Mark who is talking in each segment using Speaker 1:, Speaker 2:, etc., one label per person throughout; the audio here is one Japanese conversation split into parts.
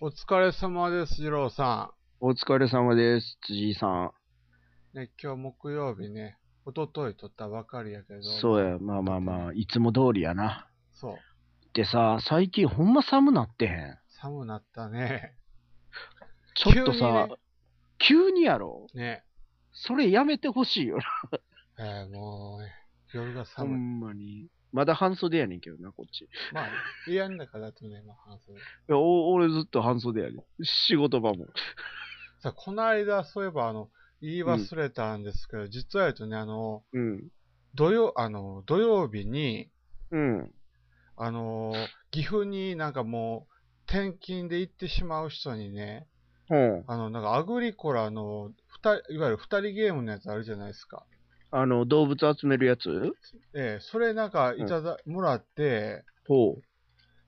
Speaker 1: お疲れ様です、次郎さ
Speaker 2: お疲れ様です、辻井さん。
Speaker 1: ん。ね、今日木曜日ね、おととい撮ったばかりやけど。
Speaker 2: そうや、まあまあまあ、いつも通りやな。
Speaker 1: そう。
Speaker 2: でさ、最近ほんま寒なってへん。
Speaker 1: 寒なったね。
Speaker 2: ちょっとさ、急に,、やろ
Speaker 1: ね。
Speaker 2: それやめてほしいよな。
Speaker 1: ね。えーもう、ね、夜が
Speaker 2: ほ
Speaker 1: 寒い。
Speaker 2: んまに。まだ半袖やねんけどな、こっち。い
Speaker 1: まあ、家の中だとね、今半袖。
Speaker 2: やお俺ずっと半袖やねん。仕事場も。
Speaker 1: さあ、この間、そういえば、あの、言い忘れたんですけど、実は言うとね、あの、
Speaker 2: うん。
Speaker 1: 土曜、あの、土曜日に、
Speaker 2: うん。
Speaker 1: あの、岐阜になんかもう、転勤で行ってしまう人にね、
Speaker 2: うん。
Speaker 1: あの、なんかアグリコラの、ふた、いわゆる二人ゲームのやつあるじゃないですか。
Speaker 2: あの、動物集めるやつ
Speaker 1: ええそれなんかいただ、もらって、
Speaker 2: ほう。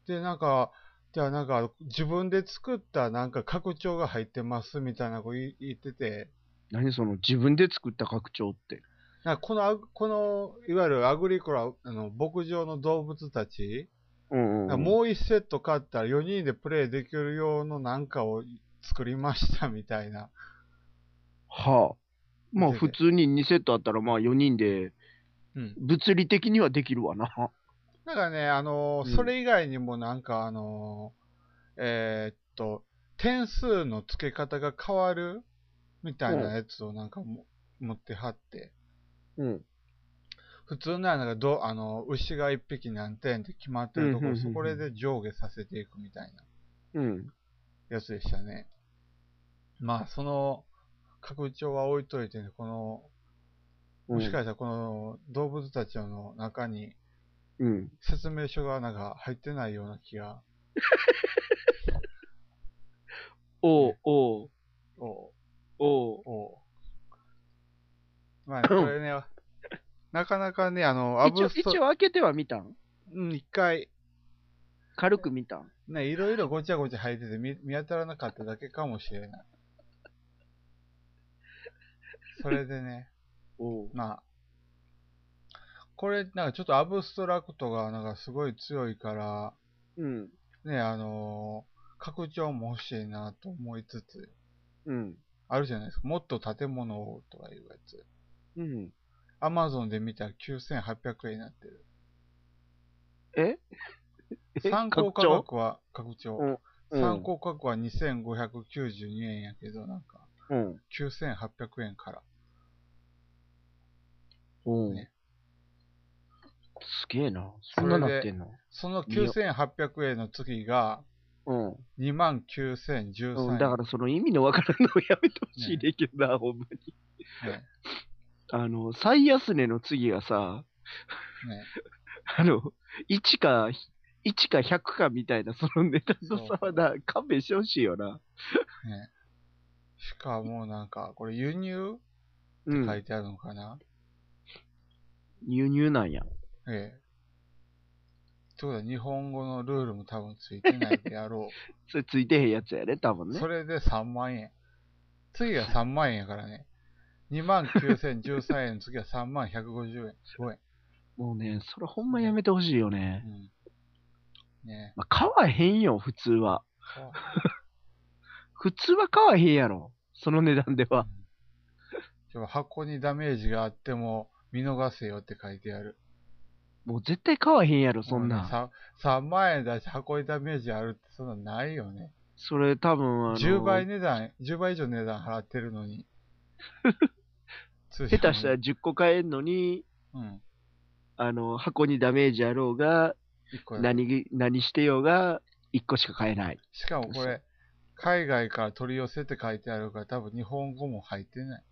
Speaker 1: で、なんか、じゃあなんか自分で作ったなんか拡張が入ってますみたいなこと言い言ってて、
Speaker 2: 何その、自分で作った拡張って。
Speaker 1: なんかこのアグ、この、いわゆるアグリコラ、あの、牧場の動物たち、
Speaker 2: うんうん、
Speaker 1: なんかもう一セット買ったら4人でプレイできる用のなんかを作りましたみたいな。
Speaker 2: はあ。まあ
Speaker 1: 見てて
Speaker 2: 普通に2セットあったらまあ4人で
Speaker 1: うん
Speaker 2: 物理的にはできるわな。
Speaker 1: なんかね、あのー
Speaker 2: うん
Speaker 1: それ以外にもなんかあのーえーっと、点数の付け方が変わるみたいなやつをなんかも、持ってはって、
Speaker 2: うん。
Speaker 1: 普通ならなんかど、あのー牛が1匹何点って決まってるところ、
Speaker 2: うんうんうんうん
Speaker 1: そこで上下させていくみたいな
Speaker 2: うん。
Speaker 1: やつでしたね。まあ、その、拡張は置いといてね、この、もしかしたらこの動物たちの中に
Speaker 2: うん。
Speaker 1: 説明書がなんか入ってないような気が、
Speaker 2: おうおう
Speaker 1: お
Speaker 2: おう。
Speaker 1: おまあ、ね、これ ね、なかなかね、あの、ア
Speaker 2: 一
Speaker 1: ブ
Speaker 2: 応
Speaker 1: スト
Speaker 2: 一、応開けては見たん
Speaker 1: うん、一回、
Speaker 2: 軽く見たん
Speaker 1: ね、いろいろごちゃごちゃ入ってて見見当たらなかっただけかもしれない。それでね、
Speaker 2: おう
Speaker 1: まあ、これ、なんかちょっとアブストラクトがなんかすごい強いから、
Speaker 2: うん。
Speaker 1: ね、あの拡張も欲しいなと思いつつ、
Speaker 2: うん。
Speaker 1: あるじゃないですか。もっと建物をとかいうやつ。
Speaker 2: うん。
Speaker 1: アマゾンで見たら9800円になってる。
Speaker 2: え え
Speaker 1: 参考価格は、拡張。
Speaker 2: うんうん
Speaker 1: 参考価格は2592円やけど、なんか、
Speaker 2: うん。
Speaker 1: 9800円から。
Speaker 2: おう
Speaker 1: ね
Speaker 2: すげえな。そんななってんの
Speaker 1: その9800円の次が、
Speaker 2: うん。
Speaker 1: 29013
Speaker 2: う
Speaker 1: 円。
Speaker 2: ん。だからその意味のわからんのをやめてほしいねんけどな、ほんまに。
Speaker 1: ね
Speaker 2: あの、最安値の次がさ、
Speaker 1: ね
Speaker 2: あの、1か、1か100かみたいな、その値段の差はな、勘弁してほしいよな。
Speaker 1: ねしかも、なんか、これ輸入
Speaker 2: う
Speaker 1: 書
Speaker 2: ん。
Speaker 1: いてあるのかな、
Speaker 2: 輸入なんや。
Speaker 1: ええ。ってことは、日本語のルールも多分ついてないであろう。
Speaker 2: それついてへんやつやね、多分ね
Speaker 1: そ。れで3万円。次が3万円やから ね。2万9013円の次は3万150円。すごい。
Speaker 2: もうね、それほんまやめてほしいよね。
Speaker 1: うん。ね
Speaker 2: まあ、買わへんよ、普通は。
Speaker 1: え。
Speaker 2: 普通は買わへんやろ。その値段では。
Speaker 1: でも箱にダメージがあっても見逃せよって書いてある。
Speaker 2: もう絶対買わへんやろ、そん
Speaker 1: もうね
Speaker 2: な。
Speaker 1: さ3万円だし箱にダメージあるってそんなんないよね。
Speaker 2: それ多分、あの、
Speaker 1: 10倍値段、10倍以上値段払ってるのに。 下
Speaker 2: 下手したら10個買えんのに、
Speaker 1: うん。
Speaker 2: あの、箱にダメージあろうが、
Speaker 1: 一個やる
Speaker 2: 何ぎ、何してようが、1個しか買えない。
Speaker 1: しかもこれ、海外から取り寄せって書いてあるから多分日本語も入ってない。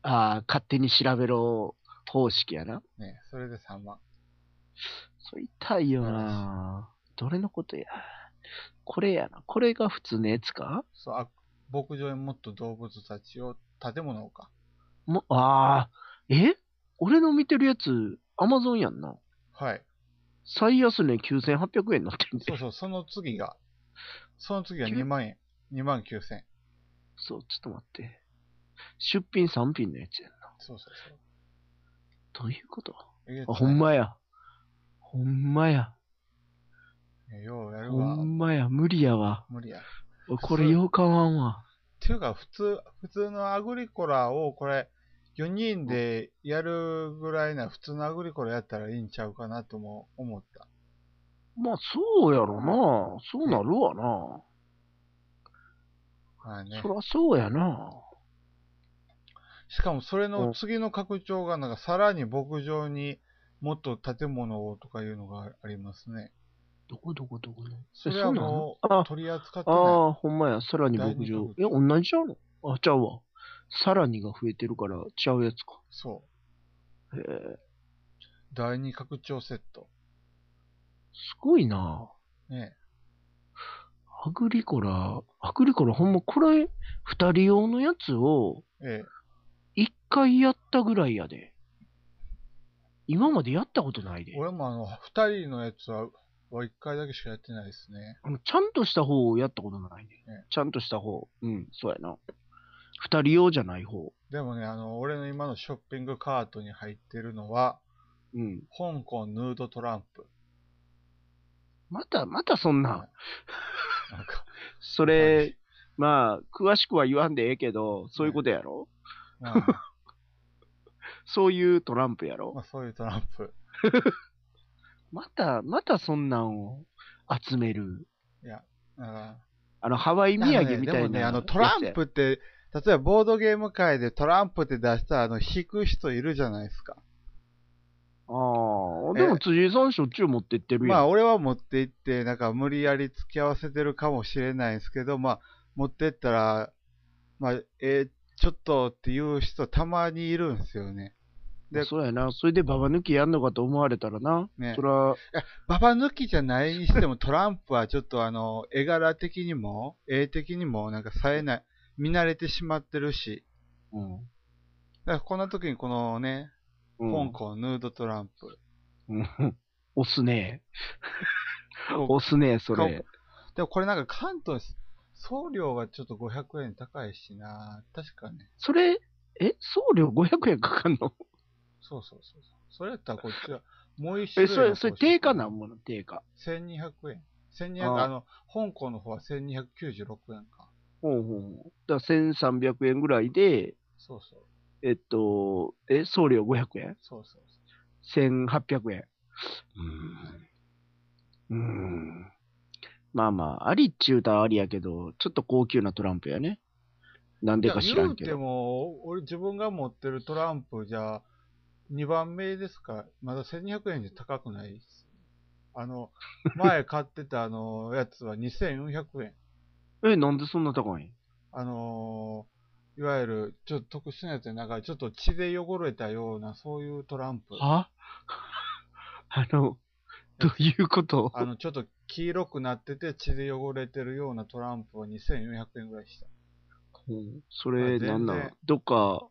Speaker 2: ああ、勝手に調べろ方式やな。
Speaker 1: ねそれで3万。
Speaker 2: それ痛いよな。どれのことや。これやな。これが普通のやつか
Speaker 1: そう、あ牧場にもっと動物たちを、建物をか。
Speaker 2: もああ、え俺の見てるやつ、アマゾンやんな。
Speaker 1: はい。
Speaker 2: 最安値9800円になってん
Speaker 1: そう
Speaker 2: で。
Speaker 1: そう、その次が、その次が
Speaker 2: きゅ
Speaker 1: 2万円。2万9千。
Speaker 2: そう、ちょっと待って。出品3品のやつやんな。
Speaker 1: そうそう
Speaker 2: どういうこと
Speaker 1: そう。えげつ
Speaker 2: あ、
Speaker 1: ない
Speaker 2: ほんまや。ほんまや。
Speaker 1: いやようやる
Speaker 2: ほ
Speaker 1: わ。
Speaker 2: んまや。無理やわ。
Speaker 1: 無理や。
Speaker 2: これよう買わんわ。
Speaker 1: ていうか、普通、普通のアグリコラをこれ、4人でやるぐらいな普通のアグリコラやったらいいんちゃうかなとも思った。
Speaker 2: まあ、そうやろな。そうなるわな。
Speaker 1: まあね
Speaker 2: そ、らそうやな。
Speaker 1: しかもそれの次の拡張がなんかさらに牧場にもっと建物をとかいうのがありますね。
Speaker 2: どこどこどこどこ
Speaker 1: それはも
Speaker 2: えそうなの
Speaker 1: う
Speaker 2: あ
Speaker 1: 取り扱ってな
Speaker 2: ああ、ほんまや、さらに牧場。い
Speaker 1: 第
Speaker 2: や、
Speaker 1: 二
Speaker 2: 同じじゃんのあ、ちゃうわ。さらにが増えてるから、ちゃうやつか
Speaker 1: い。。そう。
Speaker 2: へえ、
Speaker 1: 第2拡張セット。
Speaker 2: すごいな。
Speaker 1: ね
Speaker 2: アグリコラ、アグリコラほんまこれ、二人用のやつを、
Speaker 1: え。ええ。
Speaker 2: 一回やったぐらいやで。今までやったことないで。
Speaker 1: 俺もあの、二人のやつは、は一回だけしかやってないですね。
Speaker 2: あのちゃんとした方をやったことないで
Speaker 1: ね。
Speaker 2: ちゃんとした方。うん、そうやな。二人用じゃない方。
Speaker 1: でもね、あの、俺の今のショッピングカートに入ってるのは、
Speaker 2: うん。
Speaker 1: 香港ヌードトランプ。
Speaker 2: また、またそんな。
Speaker 1: なんか、
Speaker 2: それ、まあ、詳しくは言わんでええけど、そういうことやろ、
Speaker 1: まあ、
Speaker 2: そういうトランプやろ、
Speaker 1: まあそういうトランプ。
Speaker 2: また、またそんなんを集める。
Speaker 1: あ
Speaker 2: あの、ハワイ
Speaker 1: ー
Speaker 2: 土産み
Speaker 1: で
Speaker 2: たいなやつや。
Speaker 1: もね、あの、トランプって、例えばボードゲーム界でトランプって出したら、あの、引く人いるじゃないですか。
Speaker 2: ああ、でも辻井さんしょっちゅう持ってってるやん。
Speaker 1: まあ、俺は持って行って、なんか無理やり付き合わせてるかもしれないですけど、まあ、持ってったら、まあ、えーちょっとっていう人たまにいるんですよね。で
Speaker 2: そうやな。それでババ抜きやんのかと思われたらな。
Speaker 1: ね
Speaker 2: そら、
Speaker 1: ババ抜きじゃないにしても、 トランプはちょっとあの、絵柄的にも、絵的にも、なんか冴えない、見慣れてしまってるし、
Speaker 2: う
Speaker 1: だ
Speaker 2: ん。
Speaker 1: からこんな時にこのね、
Speaker 2: うん
Speaker 1: 香港ヌードトランプ。
Speaker 2: うん。 押すね。
Speaker 1: こう
Speaker 2: 押すね、それ。
Speaker 1: でもこれなんか関東です、送料がちょっと500円高いしな、確かね。
Speaker 2: それ、え、送料500円かかんの
Speaker 1: そうそうそうそう。それやったらこっちは、もう一種
Speaker 2: え、
Speaker 1: 類
Speaker 2: そ
Speaker 1: の
Speaker 2: れ、それ
Speaker 1: 方式
Speaker 2: 定価なんもの、定価。
Speaker 1: ?1200 円。1200
Speaker 2: ああ
Speaker 1: あの、香港の方は1296円か。
Speaker 2: ほうほうほう。だから1300円ぐらいで、
Speaker 1: そうそう。
Speaker 2: えっと、え、送料500円
Speaker 1: そうそうそ
Speaker 2: ?1800 円。うーん。まあまあ、ありっちゅうたらありやけど、ちょっと高級なトランプやね。なん
Speaker 1: う。
Speaker 2: でか
Speaker 1: い
Speaker 2: 知
Speaker 1: や
Speaker 2: ら
Speaker 1: 言
Speaker 2: ん
Speaker 1: う
Speaker 2: け
Speaker 1: て
Speaker 2: ど。
Speaker 1: も、俺自分が持ってるトランプじゃ、2番目ですか。まだ1200円じゃ高くないっすあの、前買ってたあの、やつは2400円。
Speaker 2: え、なんでそんな高いん
Speaker 1: あのーいわゆる、ちょっと特殊なやつやなんか、ちょっと血で汚れたような、そういうトランプ。
Speaker 2: は あの、どういうこと
Speaker 1: あの、ちょっと黄色くなってて血で汚れてるようなトランプは2400円ぐらいした。
Speaker 2: うんそ
Speaker 1: まあ
Speaker 2: れ、
Speaker 1: 全
Speaker 2: なんな
Speaker 1: 然
Speaker 2: んどっか、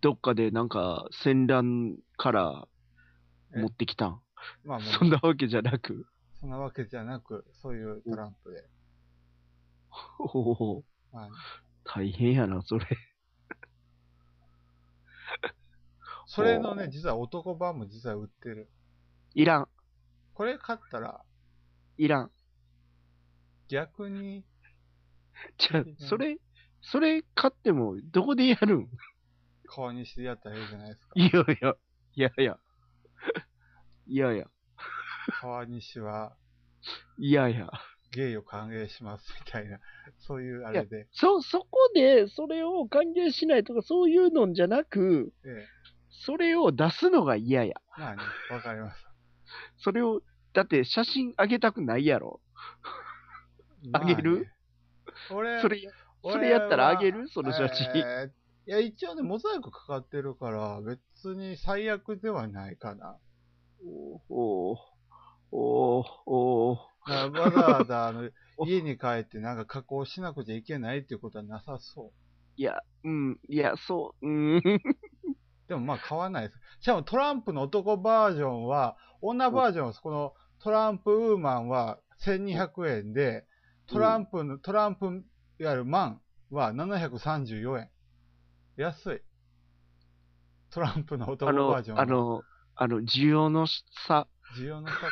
Speaker 2: どっかでなんか戦乱から
Speaker 1: え
Speaker 2: 持ってきたん
Speaker 1: まあもう、
Speaker 2: そんなわけじゃなく。
Speaker 1: そんなわけじゃなく、そういうトランプで。
Speaker 2: ほほほ
Speaker 1: まあ、
Speaker 2: 大変やな、それ。
Speaker 1: それのね、実は男版も実は売ってる。
Speaker 2: いらん、
Speaker 1: これ買ったら、
Speaker 2: いらん。
Speaker 1: 逆に、
Speaker 2: じゃあ
Speaker 1: いらん
Speaker 2: それ、それ買っても、どこでやるん
Speaker 1: 顔にしてやったらええじゃないですか。
Speaker 2: いやいや、いやいや。 いやいや、
Speaker 1: 川西は、
Speaker 2: いやいや。
Speaker 1: ゲイを歓迎します、みたいな、そういうあれで。
Speaker 2: そ、そこで、それを歓迎しないとか、そういうのんじゃなく、
Speaker 1: ええ。
Speaker 2: それを出すのが嫌や。
Speaker 1: まあね、わかります。
Speaker 2: それを、だって写真あげたくないやろ。
Speaker 1: まね
Speaker 2: あげる
Speaker 1: 俺、
Speaker 2: それ、
Speaker 1: 俺は
Speaker 2: それやったらあげるその写真。
Speaker 1: えーいや、一応ね、モザイクかかってるから、別に最悪ではないかな。
Speaker 2: おーおーおー
Speaker 1: だからわざわざあの
Speaker 2: お
Speaker 1: 家に帰ってなんか加工しなくちゃいけないっていうことはなさそ
Speaker 2: いや、うん、いや、そう、うん。
Speaker 1: う。でもまあ買わないです。しかもトランプの男バージョンは、女バージョンはこのトランプウーマンは1200円で、トランプの、トランプ、いわゆるマンは734円。安い。トランプの男
Speaker 2: あの、
Speaker 1: バージョンは。
Speaker 2: あの、あの、需要の差、
Speaker 1: 需要の差か。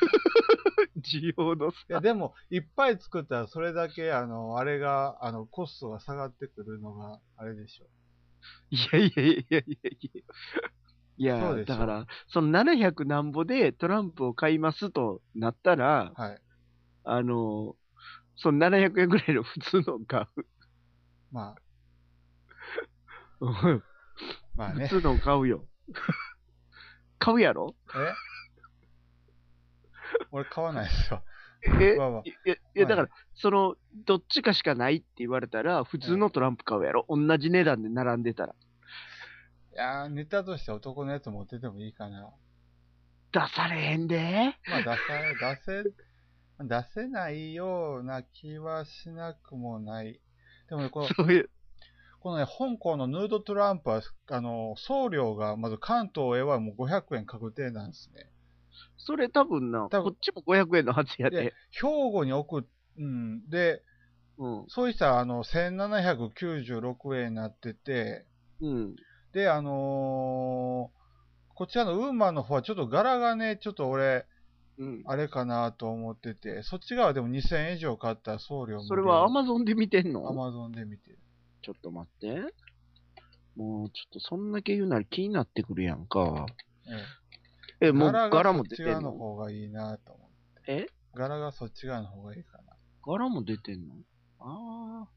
Speaker 2: 需要の
Speaker 1: い や、
Speaker 2: 差。
Speaker 1: でも、いっぱい作ったら、それだけ、あの、あれが、あの、コストが下がってくるのが、あれでしょ。
Speaker 2: いやいやいやいやいやいや。い
Speaker 1: そう
Speaker 2: や、
Speaker 1: でしょ
Speaker 2: だから、その700なんぼでトランプを買いますとなったら、
Speaker 1: はい。
Speaker 2: あの、その700円ぐらいの普通のを買う。
Speaker 1: まあ、
Speaker 2: うん
Speaker 1: まあ ね。
Speaker 2: 普通のを買うよ。買うやろ
Speaker 1: え俺買わないですよ。
Speaker 2: え
Speaker 1: まあまあ
Speaker 2: いや、いや
Speaker 1: はい
Speaker 2: だから、その、どっちかしかないって言われたら、普通のトランプ買うやろ。同じ値段で並んでたら。
Speaker 1: いやー、ネタとして男のやつ持っててもいいかな。
Speaker 2: 出されへんで。
Speaker 1: まあ、出せ、出せ、出せないような気はしなくもない。でもね、この、
Speaker 2: そういう。
Speaker 1: このね、香港のヌードトランプは、あの、送料が、まず関東へはもう500円確定なんですね。
Speaker 2: それ多分な、
Speaker 1: 多分
Speaker 2: こっちも500円のはずや
Speaker 1: で
Speaker 2: で。、
Speaker 1: 兵庫に送っ、うん、で、
Speaker 2: うん。
Speaker 1: そうしたら、あの、1796円になってて、
Speaker 2: うん。
Speaker 1: で、あのーこちらのウーマンの方はちょっと柄がね、ちょっと俺、
Speaker 2: うん。
Speaker 1: あれかなと思ってて、そっち側でも2000円以上買ったら送料も。
Speaker 2: それはアマゾンで見てん
Speaker 1: ア
Speaker 2: の
Speaker 1: マゾンで見てる。
Speaker 2: ちょっと待って。もう、ちょっとそんだけ言うなら気になってくるやんか。
Speaker 1: え
Speaker 2: え、
Speaker 1: え
Speaker 2: もう柄
Speaker 1: そ
Speaker 2: も
Speaker 1: っち
Speaker 2: 出て
Speaker 1: 側
Speaker 2: ん
Speaker 1: の
Speaker 2: の
Speaker 1: 方がいいなと思って。
Speaker 2: え
Speaker 1: 柄がそっち側の方がいいかな。
Speaker 2: 柄も出てんのあ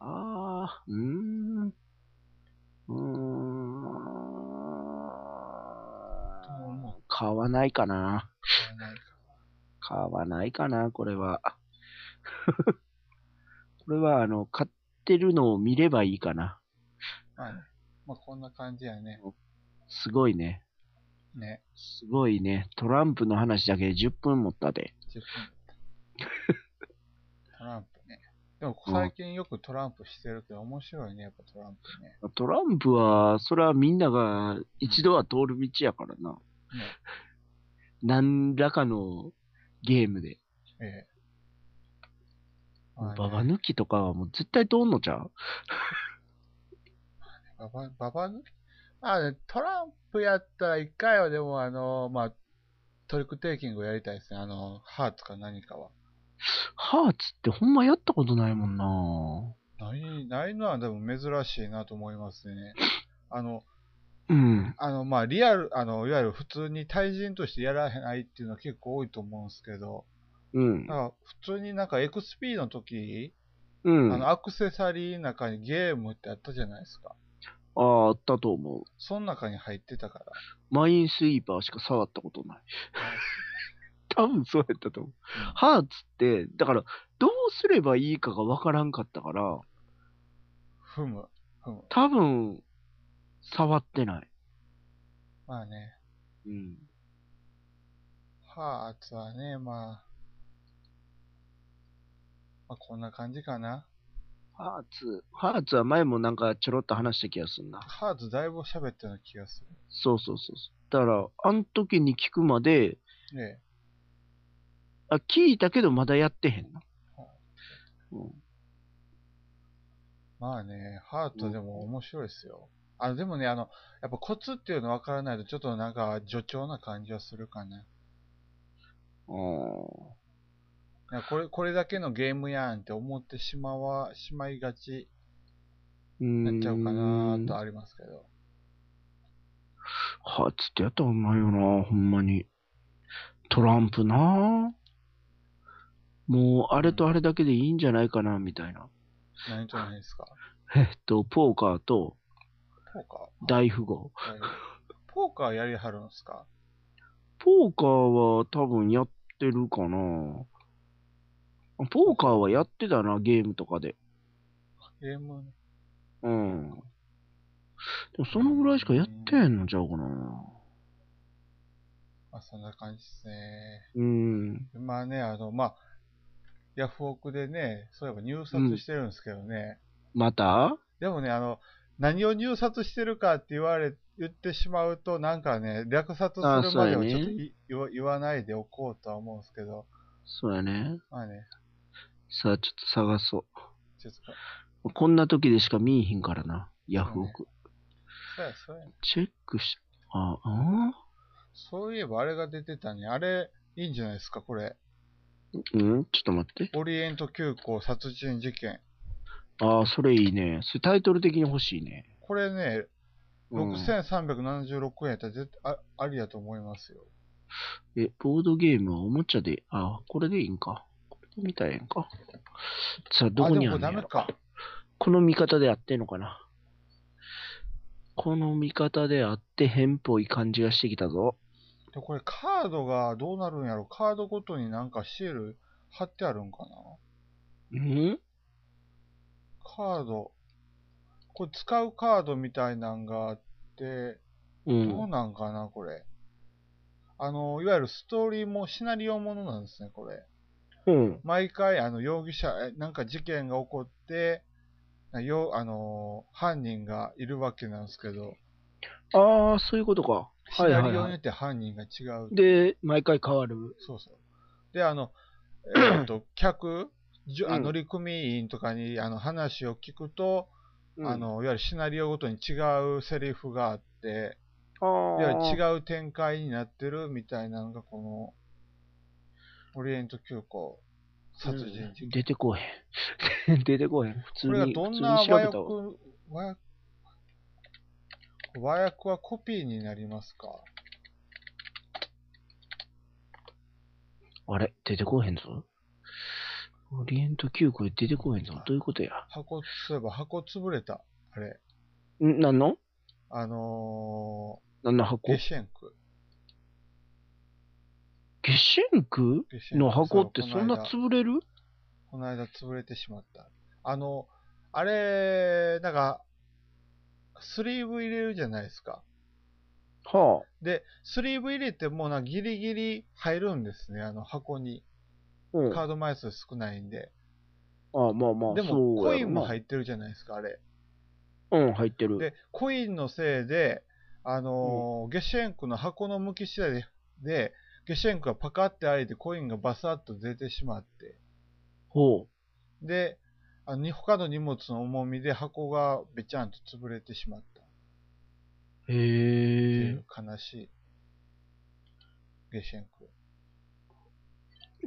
Speaker 2: あ。ああ。うーん。う
Speaker 1: どう
Speaker 2: ーん
Speaker 1: も。
Speaker 2: 買わないかな。
Speaker 1: 買わないか
Speaker 2: 買わないかな、これは。 これは、あの、買ってるのを見ればいいかな。
Speaker 1: まあね。まあこんな感じやね。
Speaker 2: すごいね。
Speaker 1: ね。
Speaker 2: すごいね。トランプの話だけで10分持ったで。
Speaker 1: 10分。ト ランプね。でも最近よくトランプしてるけど面白いね、やっぱトランプね。
Speaker 2: トランプは、それはみんなが一度は通る道やからな。何らかのゲームで。
Speaker 1: ええ。まあね
Speaker 2: ババ抜きとかはもう絶対通んのちゃう
Speaker 1: ババ、ババ抜きまあね、トランプやったら一回はでもあの、まあ、トリックテイキングやりたいですね。あの、ハーツか何かは。
Speaker 2: ハーツってほんまやったことないもんな
Speaker 1: ない、ないのはでも珍しいなと思いますね。あの、
Speaker 2: うん。
Speaker 1: あの、まあ、リアル、あの、いわゆる普通に対人としてやらないっていうのは結構多いと思うんですけど、
Speaker 2: うん
Speaker 1: だか。ら普通になんか XP の時、
Speaker 2: うん。
Speaker 1: あの、
Speaker 2: あ
Speaker 1: アクセサリーの中にゲームってあったじゃないですか。
Speaker 2: あー、あったと思う。
Speaker 1: その中に入ってたから。
Speaker 2: マインスイーパーしか触ったことない。 多分そうやったと思
Speaker 1: う
Speaker 2: う。
Speaker 1: ん
Speaker 2: ハーツって、だから、どうすればいいかがわからんかったから、
Speaker 1: ふむ、ふむ。
Speaker 2: 多分、触ってない。
Speaker 1: まあね。
Speaker 2: うん。
Speaker 1: ハーツはね、まあ、まあ、こんな感じかな。
Speaker 2: ハーツ、ハーツは前もなんかちょろっと話した気がするな。
Speaker 1: ハーツだいぶ喋ったような気がす
Speaker 2: そうそうそうそう。だから、あの時に聞くまで、
Speaker 1: る。ね
Speaker 2: あ、聞いたけどまだやってへんな。うん、
Speaker 1: まあね、ハートでも面白いですよ。あでもね、あの、やっぱコツっていうの分からないと、ちょっとなんか、助長な感じはするかな。
Speaker 2: あ
Speaker 1: なんかこれ、これだけのゲームやんって思ってしまわ、しまいがち
Speaker 2: ー
Speaker 1: になっちゃうかな
Speaker 2: ー
Speaker 1: と
Speaker 2: ん
Speaker 1: ありますけど。
Speaker 2: ハーツってやったことないよな、ほんまに。トランプなもう、あれとあれだけでいいんじゃないかな、みたいな。
Speaker 1: 何と何ですか
Speaker 2: えっと、ポーカーと
Speaker 1: ポーカ
Speaker 2: 大富豪。
Speaker 1: ーはいポーカーやりはるんですか
Speaker 2: ポーカーは多分やってるかなあポーカーはやってたな、ゲームとかで。
Speaker 1: ゲーム
Speaker 2: うん。でもそのぐらいしかやってへんのちゃうかな
Speaker 1: まあそんな感じですね。
Speaker 2: うん。
Speaker 1: まあね、あの、まあ、ヤフオクでね、そういえば入札してるんですけどね、
Speaker 2: また
Speaker 1: でもね、あの、何を入札してるかって言われ、言ってしまうと、なんかね、略札す
Speaker 2: あ
Speaker 1: るまで
Speaker 2: そうや
Speaker 1: は
Speaker 2: ね
Speaker 1: ちょっとい言わ言わないでおこうとは思うんですけど、
Speaker 2: そうやね。
Speaker 1: まあね、
Speaker 2: さあ、ちょっと探そ
Speaker 1: ちょっと、
Speaker 2: う。こんな時でしか見えへんからな、ヤフオク。
Speaker 1: そうや、そうや。
Speaker 2: チェックし、あ、あ
Speaker 1: そういえばあれが出てたね。あれ、いいんじゃないですか、これ。
Speaker 2: うんちょっと待って。
Speaker 1: オリエント急行殺人事件。
Speaker 2: ああ、それいいね。それタイトル的に欲しいね。
Speaker 1: これね、
Speaker 2: うん
Speaker 1: 6376円やったら絶対あありやと思いますよ。
Speaker 2: え、ボードゲームはおもちゃで、ああ、これでいいんか。これで見たらええんか。さあ、どこにある
Speaker 1: あ、でもこれダ
Speaker 2: の
Speaker 1: メ
Speaker 2: やろ
Speaker 1: か。
Speaker 2: この見方であってんのかな。この見方であって変っぽい感じがしてきたぞ。
Speaker 1: で、これカードがどうなるんやろカードごとになんかシール貼ってあるんかな
Speaker 2: うん
Speaker 1: カード。これ使うカードみたいなんがあって、
Speaker 2: う。
Speaker 1: どうんなんかな、これ。あの、いわゆるストーリーもシナリオものなんですね、これ。
Speaker 2: うん。
Speaker 1: 毎回、あの、容疑者、えなんか事件が起こって、よあのー犯人がいるわけなんですけど、
Speaker 2: ああ、そういうことか。
Speaker 1: シ
Speaker 2: はい
Speaker 1: ナ
Speaker 2: はい
Speaker 1: リオに
Speaker 2: は
Speaker 1: よ
Speaker 2: い。
Speaker 1: って犯人が違う。
Speaker 2: で、毎回変わる。
Speaker 1: そうそう。で、あの、えっ と、客、じょあ
Speaker 2: うん
Speaker 1: 乗組員とかにあの話を聞くと、
Speaker 2: うん
Speaker 1: あ、の、いわゆるシナリオごとに違うセリフがあって、い
Speaker 2: あ
Speaker 1: わゆ
Speaker 2: ー
Speaker 1: る違う展開になってるみたいなのが、この、オリエント急行殺人事件。
Speaker 2: 出てこへん。 出てこへん。普通
Speaker 1: これが
Speaker 2: に、
Speaker 1: ど
Speaker 2: 普通
Speaker 1: んな
Speaker 2: に調
Speaker 1: 和
Speaker 2: べ
Speaker 1: 訳
Speaker 2: たわ。、
Speaker 1: 和訳、和訳はコピーになりますか
Speaker 2: あれ出てこへんぞ。オリエント急行出てこへんぞ。どういうことや。
Speaker 1: 箱、そういえば箱潰れた。あれ、
Speaker 2: ん何の
Speaker 1: あの
Speaker 2: 何の
Speaker 1: ー、ゲ
Speaker 2: 箱ゲ
Speaker 1: シェンク。
Speaker 2: シェンク
Speaker 1: ゲシェンク
Speaker 2: の箱って
Speaker 1: そう
Speaker 2: そんな
Speaker 1: この間
Speaker 2: 潰れる
Speaker 1: この間潰れてしまった。あの、あれ、なんか、スリーブ入れるじゃないですか。
Speaker 2: はあ。
Speaker 1: で、スリーブ入れてもうなんかギリギリ入るんですね、あの箱に。
Speaker 2: うん。
Speaker 1: カード枚数少ないんで。
Speaker 2: ああまあまあ、
Speaker 1: でも、
Speaker 2: そう
Speaker 1: コ
Speaker 2: や
Speaker 1: イ
Speaker 2: ろ
Speaker 1: ン
Speaker 2: な
Speaker 1: も入ってるじゃないですか、あれ。
Speaker 2: うん、入ってる。
Speaker 1: で、コインのせいで、あのーゲシェンクの箱の向き次第で、でゲシェンクがパカって開いてコインがバサッと出てしまって、
Speaker 2: ほ
Speaker 1: で、あのに他の荷物の重みで箱がべちゃんと潰れてしまった。
Speaker 2: う。
Speaker 1: って
Speaker 2: へ
Speaker 1: い
Speaker 2: え
Speaker 1: う。悲しい。ゲシェンク。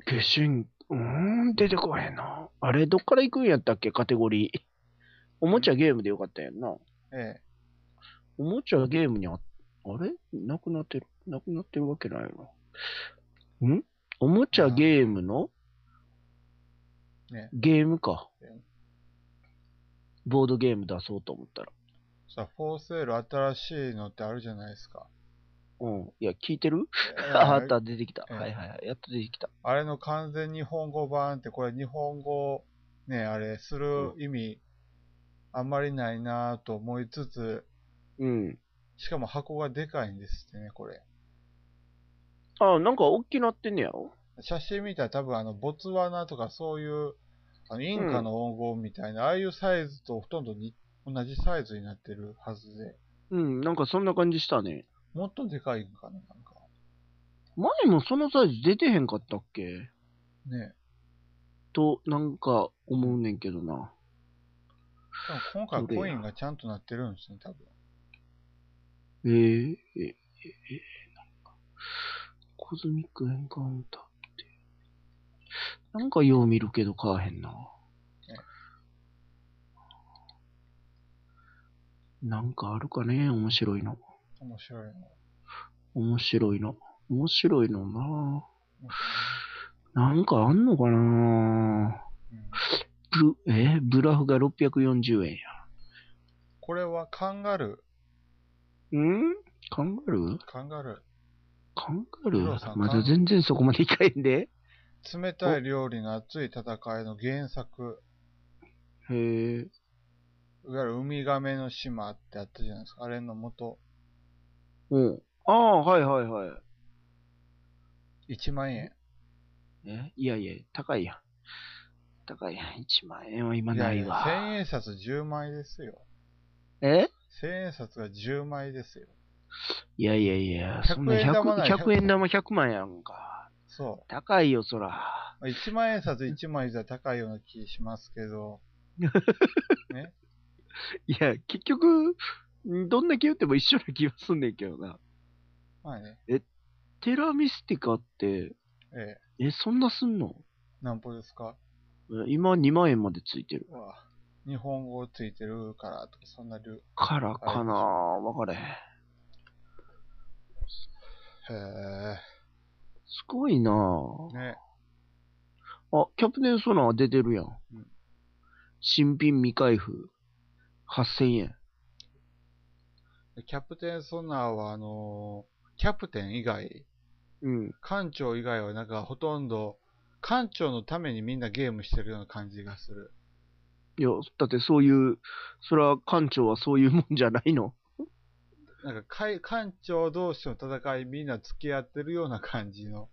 Speaker 2: 下旬、うーん、出てこへんな。あれ、どっから行くんやったっけ、カテゴリー。おもちゃゲームでよかったやんな。
Speaker 1: ええ。
Speaker 2: おもちゃゲームにあ、あれなくなってる。なくなってるわけないよな。んおもちゃゲームの
Speaker 1: ね
Speaker 2: ゲームか
Speaker 1: ね。
Speaker 2: ボードゲーム出そうと思ったら。
Speaker 1: さあ、フォーセール新しいのってあるじゃないです か。
Speaker 2: うん。いや、聞いてる
Speaker 1: ええ
Speaker 2: ああった、出てきた。
Speaker 1: ええ
Speaker 2: はいはいはい。やっと出てきた。
Speaker 1: あれの完全日本語版って、これ日本語、ね、あれ、する意味、あんまりないなぁと思いつつ、
Speaker 2: うん。
Speaker 1: しかも箱がでかいんですってね、これ。
Speaker 2: ああ、なんか大きなってんねやろ
Speaker 1: 写真見たら多分あの、ボツワナとかそういう、あの、インカの黄金みたいな、ああいうサイズとほとんどに同じサイズになってるはずで、
Speaker 2: うん、なんかそんな感じしたね。
Speaker 1: もっとでかいんかな、なんか。
Speaker 2: 前もそのサイズ出てへんかったっけ
Speaker 1: ね。
Speaker 2: と、なんか思うねんけどな。
Speaker 1: でも今回コインがちゃんとなってるんですね、多分。
Speaker 2: えー、え、え、え、なんか、コズミックエンカウンターって。なんかよう見るけど買わへんな。なんかあるかね面白いの。
Speaker 1: 面白いの。
Speaker 2: 面白いの。面白いのななんかあんのかな
Speaker 1: うん
Speaker 2: ブ、えブラフが640円
Speaker 1: これはカンガル
Speaker 2: や。んカンガルー
Speaker 1: ー、カンガルー。
Speaker 2: カンガル
Speaker 1: ヒロ
Speaker 2: ー
Speaker 1: さん
Speaker 2: ま
Speaker 1: カ
Speaker 2: だ
Speaker 1: ン
Speaker 2: 全然そこまでいかへんで。
Speaker 1: 冷たい料理の熱い戦いの原作、
Speaker 2: へえ。
Speaker 1: いわゆるウミガメの島ってあったじゃないですか。あれの元、
Speaker 2: うん。ああ、はいはいはい。
Speaker 1: 1万円。
Speaker 2: えいやいや、高いやん。高いやん。1万円は今
Speaker 1: い
Speaker 2: な
Speaker 1: やい
Speaker 2: い
Speaker 1: や、
Speaker 2: わ。
Speaker 1: 千円札10枚ですよ。
Speaker 2: え
Speaker 1: 千円札が10枚ですよ。
Speaker 2: いやいやいや、
Speaker 1: 100
Speaker 2: そんな
Speaker 1: 円玉
Speaker 2: 100
Speaker 1: な
Speaker 2: 円
Speaker 1: い
Speaker 2: 100円玉100万やんか。
Speaker 1: そ
Speaker 2: 高いよ、そら。
Speaker 1: う。1万円札1枚じゃ高いような気しますけど、
Speaker 2: いや、結局、んどんだけ言っても一緒な気がすんねんけどな。
Speaker 1: まあね。
Speaker 2: テラミスティカって、
Speaker 1: ええ。
Speaker 2: え、そんなすんの
Speaker 1: 何歩ですか
Speaker 2: え今2万円までついてる。
Speaker 1: うわ日本語ついてるからとか、そんなル
Speaker 2: からかなわかれへん。
Speaker 1: へえ。
Speaker 2: すごいなぁ
Speaker 1: ね。
Speaker 2: あ、キャプテンソナー出てるやん
Speaker 1: うん。
Speaker 2: 新品未開封。8000円。
Speaker 1: キャプテンソナーは、あのーキャプテン以外、
Speaker 2: うん。
Speaker 1: 艦長以外はなんかほとんど、艦長のためにみんなゲームしてるような感じがする。
Speaker 2: いや、だってそういう、それは館長はそういうもんじゃないの。
Speaker 1: なんかかい、艦長同士の戦いみんな付き合ってるような感じの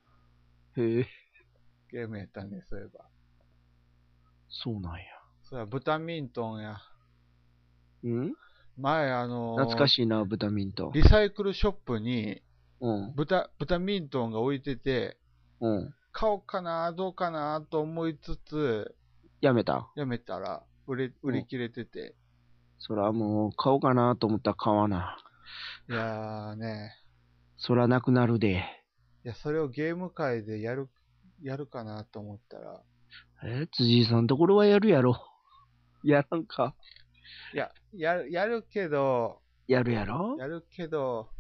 Speaker 2: へえ、
Speaker 1: ゲームやったんで、そういえば。
Speaker 2: そうなんや。
Speaker 1: それは豚ミントンや。
Speaker 2: うん
Speaker 1: 前、あのー
Speaker 2: 懐かしいな、豚ミント。
Speaker 1: リサイクルショップに
Speaker 2: うん、
Speaker 1: 豚、豚ミントンが置いてて、
Speaker 2: うん。
Speaker 1: 買おうかな、どうかなと思いつつ、
Speaker 2: やめた。
Speaker 1: やめたら売れ、売り切れてて。
Speaker 2: そらもう、買おうかなと思ったら買わな。
Speaker 1: いやーね、
Speaker 2: そらなくなるで。
Speaker 1: いや、それをゲーム界でやる、やるかなと思ったら、
Speaker 2: え、辻井さんところはやるやろ。 やらんか。
Speaker 1: いや、やる、やるけど、
Speaker 2: やるやろ
Speaker 1: やるけど、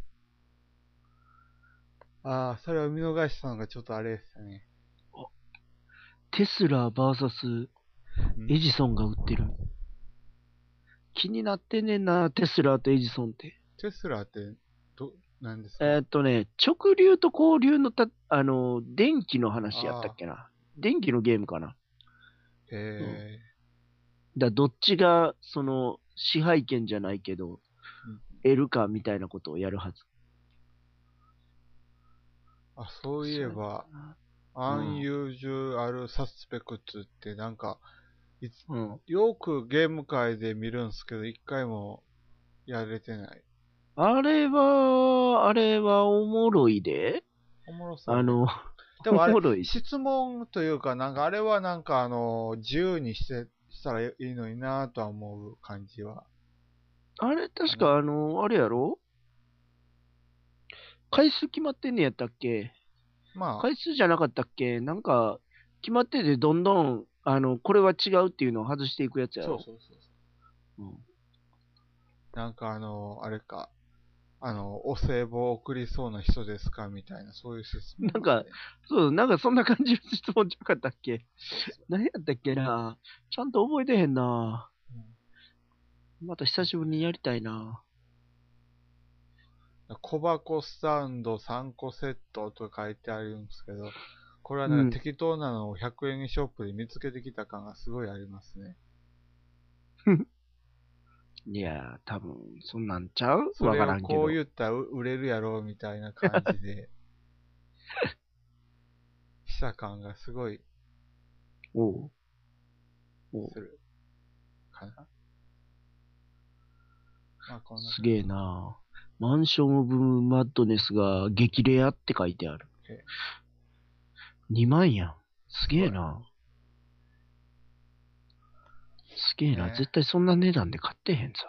Speaker 1: ああ、それを見逃したのがちょっとあれでしたね。
Speaker 2: テスラ VS
Speaker 1: うん
Speaker 2: エジソンが売ってる。気になってんねんな、テスラとエジソンって。
Speaker 1: テスラって、ど、なんですか
Speaker 2: えーっとね、直流と交流のた、あの、電気の話やったっけな。電気のゲームかな。
Speaker 1: え
Speaker 2: だどっちが、その、支配権じゃないけど、得るかみたいなことをやるはず。
Speaker 1: ー、あ、そういえば、アンユージュアルサスペクツってなんか、いつ
Speaker 2: うん。
Speaker 1: よくゲーム界で見るんですけど、一回もやれてない。
Speaker 2: あれは、あれはおもろいで。
Speaker 1: おもろそう。
Speaker 2: あの、
Speaker 1: でもあ
Speaker 2: おも
Speaker 1: れ、
Speaker 2: ろいし。
Speaker 1: 質問というか、なんかあれはなんかあの、自由にして、したらいいのになぁとは思う感じは。
Speaker 2: あれ、確か、あの、あれやろ回数決まってんねやったっけ
Speaker 1: まあ、
Speaker 2: 回数じゃなかったっけなんか、決まってて、どんどん、あの、これは違うっていうのを外していくやつや
Speaker 1: そ
Speaker 2: ろ
Speaker 1: うそうそう。
Speaker 2: うん
Speaker 1: なんかあの、あれか、あの、お歳暮を送りそうな人ですかみたいな、そういう質問、
Speaker 2: なんか、そう、なんかそんな感じの質問じゃなかったっ け何やったっけなちゃんと覚えてへんなまた久しぶりにやりたいな
Speaker 1: うん小箱スタンド3個セットと書いてあるんですけど、これはなんか適当なのを100円ショップで見つけてきた感がすごいありますね。
Speaker 2: いやー、多分、そんなんちゃう
Speaker 1: そ
Speaker 2: わ
Speaker 1: れ
Speaker 2: から
Speaker 1: を
Speaker 2: んけ
Speaker 1: こ
Speaker 2: ど
Speaker 1: う。言ったら売れるやろうみたいな感じ で、した感がすごい
Speaker 2: おうおう
Speaker 1: するかな。まあこんな
Speaker 2: すげえなマンション・オブ・マッドネスが激レアって書いてある
Speaker 1: へえ。
Speaker 2: 2万やん。すげえなすげえな、
Speaker 1: ねえ
Speaker 2: 絶対そんな値段で買ってへんぞ。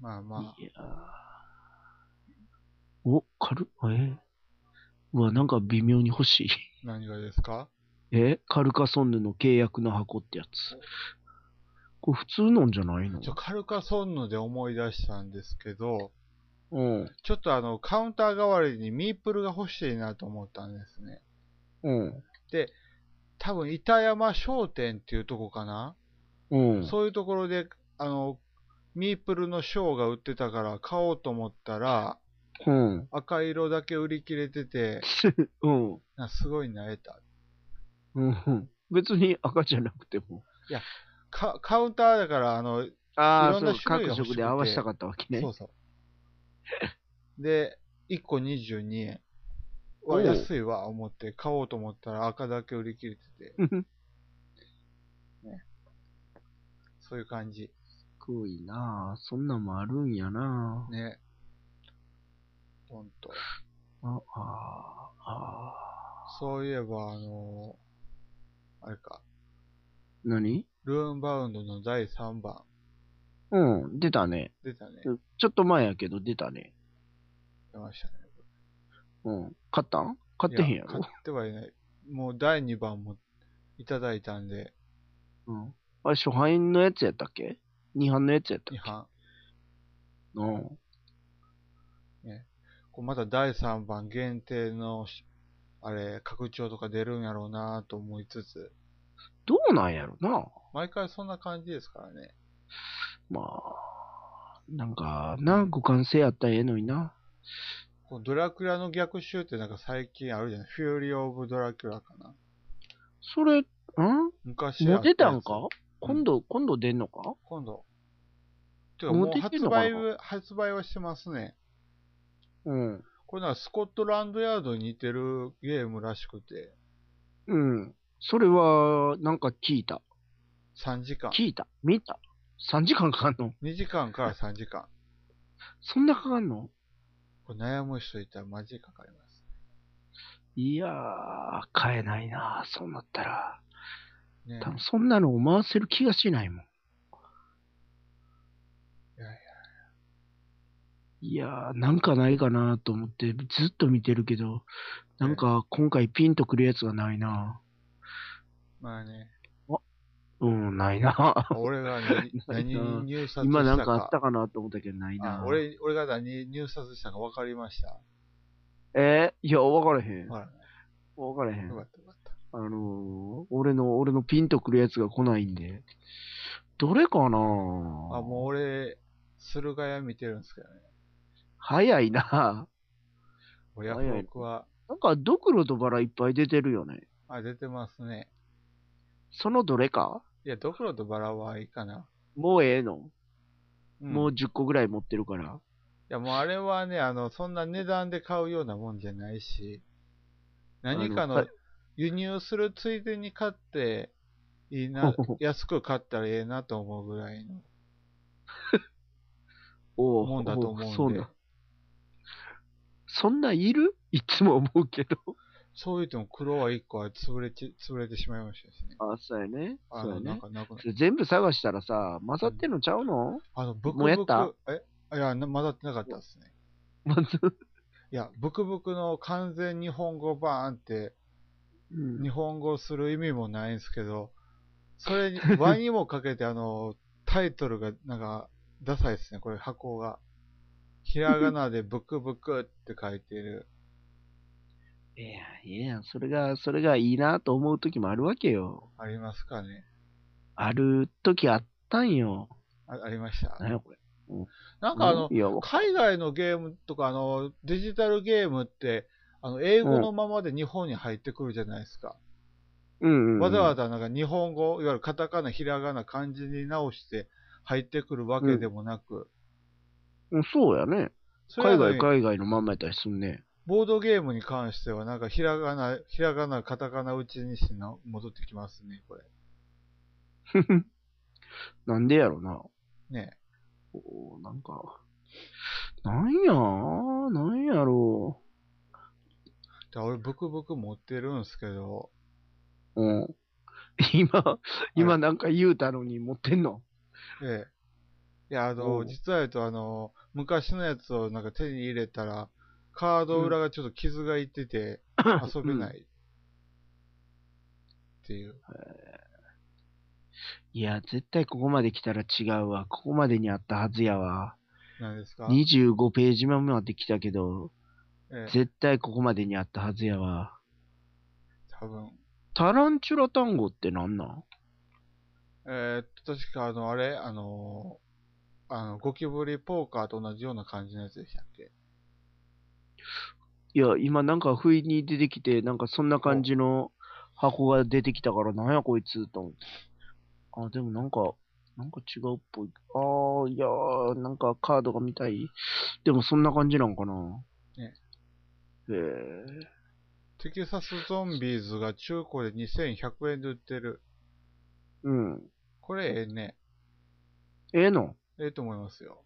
Speaker 1: まあまあ、
Speaker 2: いやーお、軽っ、えーうわ、なんか微妙に欲しい。
Speaker 1: 何がですか
Speaker 2: えカルカソンヌの契約の箱ってやつ。これ普通のんじゃないの
Speaker 1: ちょ、カルカソンヌで思い出したんですけど、
Speaker 2: うん。
Speaker 1: ちょっとあの、カウンター代わりにミープルが欲しいなと思ったんですね。
Speaker 2: うん。
Speaker 1: 多分、板山商店っていうとこかな、
Speaker 2: うん。
Speaker 1: そういうところで、あの、ミープルのショーが売ってたから買おうと思ったら、
Speaker 2: うん。
Speaker 1: 赤色だけ売り切れてて、
Speaker 2: うん。
Speaker 1: なすごい慣れた。
Speaker 2: うん別に赤じゃなくても。
Speaker 1: カカウンターだから、あの、
Speaker 2: あ
Speaker 1: いろ
Speaker 2: あ、
Speaker 1: ん
Speaker 2: そ
Speaker 1: な
Speaker 2: う、
Speaker 1: 種類
Speaker 2: 各
Speaker 1: が欲しくて
Speaker 2: 色で合わせたかったわけね
Speaker 1: そ。う そう。で、1個22円。
Speaker 2: お
Speaker 1: わ
Speaker 2: う
Speaker 1: 安いわ、思って、買おうと思ったら赤だけ売り切れてて、 そういう感じ。
Speaker 2: すごいなあそんなんもあるんやな
Speaker 1: ね。ほんと。
Speaker 2: あああ、ああ。
Speaker 1: そういえば、あのーあれか、
Speaker 2: 何
Speaker 1: ルーンバウンドの第3番、
Speaker 2: うん、出たね。
Speaker 1: 出たね。
Speaker 2: ちょっと前やけど出たね。
Speaker 1: 出ましたね。
Speaker 2: うん。買ったん買ってへんや
Speaker 1: い
Speaker 2: ろ
Speaker 1: 買。ってはいない。もう第2番もいただいたんで、
Speaker 2: うん。あれ、初版のやつやったっけ二版のやつやった
Speaker 1: 違
Speaker 2: っけ
Speaker 1: 反。
Speaker 2: うん。
Speaker 1: こうまた第3番限定のし、あれ、拡張とか出るんやろうなと思いつつ、
Speaker 2: どうなんやろな。
Speaker 1: 毎回そんな感じですからね。
Speaker 2: まあ、なんか、な、互換性あったらええのにな。
Speaker 1: こうドラクラの逆襲ってなんか最近あるじゃないフューリー・オブ・ドラキュラかな。
Speaker 2: それ、んも
Speaker 1: 昔あっ
Speaker 2: う
Speaker 1: たや
Speaker 2: 出
Speaker 1: つ
Speaker 2: たんか今度、今度出んのか
Speaker 1: 今度。てかもう
Speaker 2: 持ってきて
Speaker 1: 発
Speaker 2: んのか
Speaker 1: 売
Speaker 2: な
Speaker 1: は、発売はしてますね。
Speaker 2: うん。
Speaker 1: これなんかスコットランドヤードに似てるゲームらしくて、
Speaker 2: うん。それは、なんか聞いた。
Speaker 1: 3時間。
Speaker 2: 聞いた。見た。3時間かかんの
Speaker 1: 2時間から3時間。
Speaker 2: そんなかかんの
Speaker 1: これ悩む人いたらマジでかかります。
Speaker 2: いやー、買えないなそうなったら。
Speaker 1: ね
Speaker 2: 多分そんなのを回せる気がしないもん。
Speaker 1: いやいや
Speaker 2: いやー、なんかないかなと思って、ずっと見てるけど、なんか今回ピンとくるやつがないな
Speaker 1: まあね、
Speaker 2: うん、な いな
Speaker 1: 俺が ね
Speaker 2: ない
Speaker 1: 何
Speaker 2: な
Speaker 1: に入札したか。
Speaker 2: 今なんかあったかなと思ったけど、ないな
Speaker 1: あ俺俺が何に入札したか分かりました。
Speaker 2: えーいや、わからへん。
Speaker 1: ほら、
Speaker 2: わからへ
Speaker 1: よ
Speaker 2: ん
Speaker 1: か。ったよかった。
Speaker 2: あのー、俺の、俺のピンとくるやつが来ないんで。どれかなあ、
Speaker 1: あ、もう俺、駿河屋見てるんですけどね。
Speaker 2: 早いな
Speaker 1: 俺、ヤフオクは、
Speaker 2: なんか、ドクロとバラいっぱい出てるよね。
Speaker 1: あ、出てますね。
Speaker 2: そのどれか
Speaker 1: いや、ドクロとバラはいいかな。
Speaker 2: もうええの、
Speaker 1: うん
Speaker 2: もう
Speaker 1: い
Speaker 2: 10個ぐらい持ってるから。
Speaker 1: や、もうあれはね、あの、そんな値段で買うようなもんじゃないし、何か
Speaker 2: あの
Speaker 1: の
Speaker 2: はい、
Speaker 1: 輸入するついでに買って、いいな 安く買ったらええなと思うぐらいの
Speaker 2: おう
Speaker 1: もんだと思
Speaker 2: そ
Speaker 1: うん
Speaker 2: う
Speaker 1: で
Speaker 2: な。、そんないる いつも思うけど。
Speaker 1: そう言っても黒は1個は潰れち潰れてしまいましたしね。
Speaker 2: あ、そうやね。
Speaker 1: あ
Speaker 2: そう
Speaker 1: の、
Speaker 2: や
Speaker 1: なん
Speaker 2: ね。
Speaker 1: かなくな
Speaker 2: それ全部探したらさ、混ざってんのちゃうの、
Speaker 1: あの、ブク
Speaker 2: もうやっ
Speaker 1: ブ
Speaker 2: た
Speaker 1: ク、えいや、な混ざってなかったですね。
Speaker 2: まず、
Speaker 1: いや、ブクブクの完全日本語バーンって、
Speaker 2: うん
Speaker 1: 日本語する意味もないんですけど、そ れに、ワにもかけて、あの、タイトルが、なんか、ダサいですね、これ、箱が。ひらがなで ブクブクって書いてる。
Speaker 2: いや、いや、それが、それがいいなと思う時もあるわけよ。
Speaker 1: ありますかね
Speaker 2: ある時あったんよ。
Speaker 1: あありました。
Speaker 2: 何やこれ。
Speaker 1: なんかあの
Speaker 2: う、いや、わか
Speaker 1: 海外のゲームとか、あの、デジタルゲームって、あの、英語のままで日本に入ってくるじゃないですか。
Speaker 2: うん、うん。
Speaker 1: わざわざなんか日本語、いわゆるカタカナ、ひらがな、漢字に直して入ってくるわけでもなく、
Speaker 2: うんそうやね。
Speaker 1: それ
Speaker 2: 海
Speaker 1: なのに
Speaker 2: 外、海外のまんまやったりすんね。
Speaker 1: ボードゲームに関しては、なんかひらがな、ひらがな、カタカナうちにしな、戻ってきますね、これ。
Speaker 2: なんでやろな。
Speaker 1: ね
Speaker 2: おーなんか、なんやなんやろ
Speaker 1: え。だから俺、ブクブク持ってるんすけど、
Speaker 2: う。うん。 今、今
Speaker 1: は
Speaker 2: なんか言うたのに持ってんの
Speaker 1: ええ。いや、あ
Speaker 2: お
Speaker 1: の、
Speaker 2: う
Speaker 1: 実は言うと、あの、昔のやつをなんか手に入れたら、カード裏がちょっと傷がいってて、遊べない。っていう。
Speaker 2: いや、絶対ここまで来たら違うわ。ここまでにあったはずやわ。
Speaker 1: なんですか
Speaker 2: 25ページ目まで来たけど、
Speaker 1: ええ。
Speaker 2: 絶対ここまでにあったはずやわ。
Speaker 1: 多分。
Speaker 2: タランチュラ単語ってなんなん
Speaker 1: えーっと、確かあの、あれ、あのー、あの、ゴキブリポーカーと同じような感じのやつでしたっけ
Speaker 2: いや、今なんか不意に出てきて、なんかそんな感じの箱が出てきたから、なんやこいつと思って。あ、でもなんか、なんか違うっぽい。ああ、いやー、なんかカードが見たい。でもそんな感じなんかな。
Speaker 1: ね
Speaker 2: えー、
Speaker 1: テキサスゾンビーズが中古で2100円で売ってる。
Speaker 2: うん。
Speaker 1: これええね。
Speaker 2: ええの
Speaker 1: ええと思いますよ。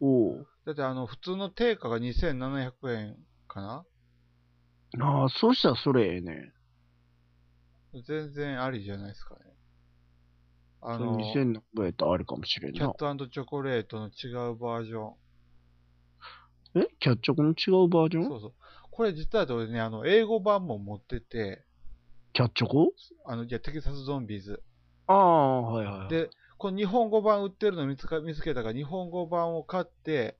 Speaker 2: おう。
Speaker 1: だってあの、普通の定価が2700円かな
Speaker 2: ああ、そうしたらそれええね。
Speaker 1: 全然ありじゃないですかね。あの、
Speaker 2: 2000円のやったらあるかもしれん
Speaker 1: キャ
Speaker 2: な
Speaker 1: ッ。トチョコレートの違うバージョン。
Speaker 2: えキャッチョコの違うバージョン
Speaker 1: そうそう。これ実は俺ね、あの、英語版も持ってて、
Speaker 2: キャッチョコ
Speaker 1: あの、じゃあテキサスゾンビーズ。
Speaker 2: ああ、はいはいはい。
Speaker 1: で、この日本語版売ってるの見つか見つけたから、日本語版を買って、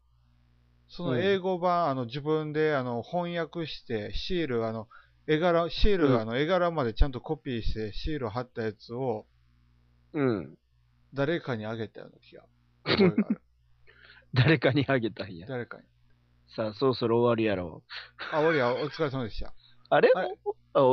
Speaker 1: その英語版、あの、自分で、あの、翻訳して、シール、あの、絵柄、シール、
Speaker 2: うん
Speaker 1: あの、絵柄までちゃんとコピーして、シール貼ったやつを、
Speaker 2: うん。
Speaker 1: 誰かにあげたような気が。覚えがあ る
Speaker 2: 誰かにあげたんや。
Speaker 1: 誰かに。
Speaker 2: さあ、そろそろ終わりやろ。
Speaker 1: あ、おりゃ、お疲れ様でした。
Speaker 2: あれ
Speaker 1: あれ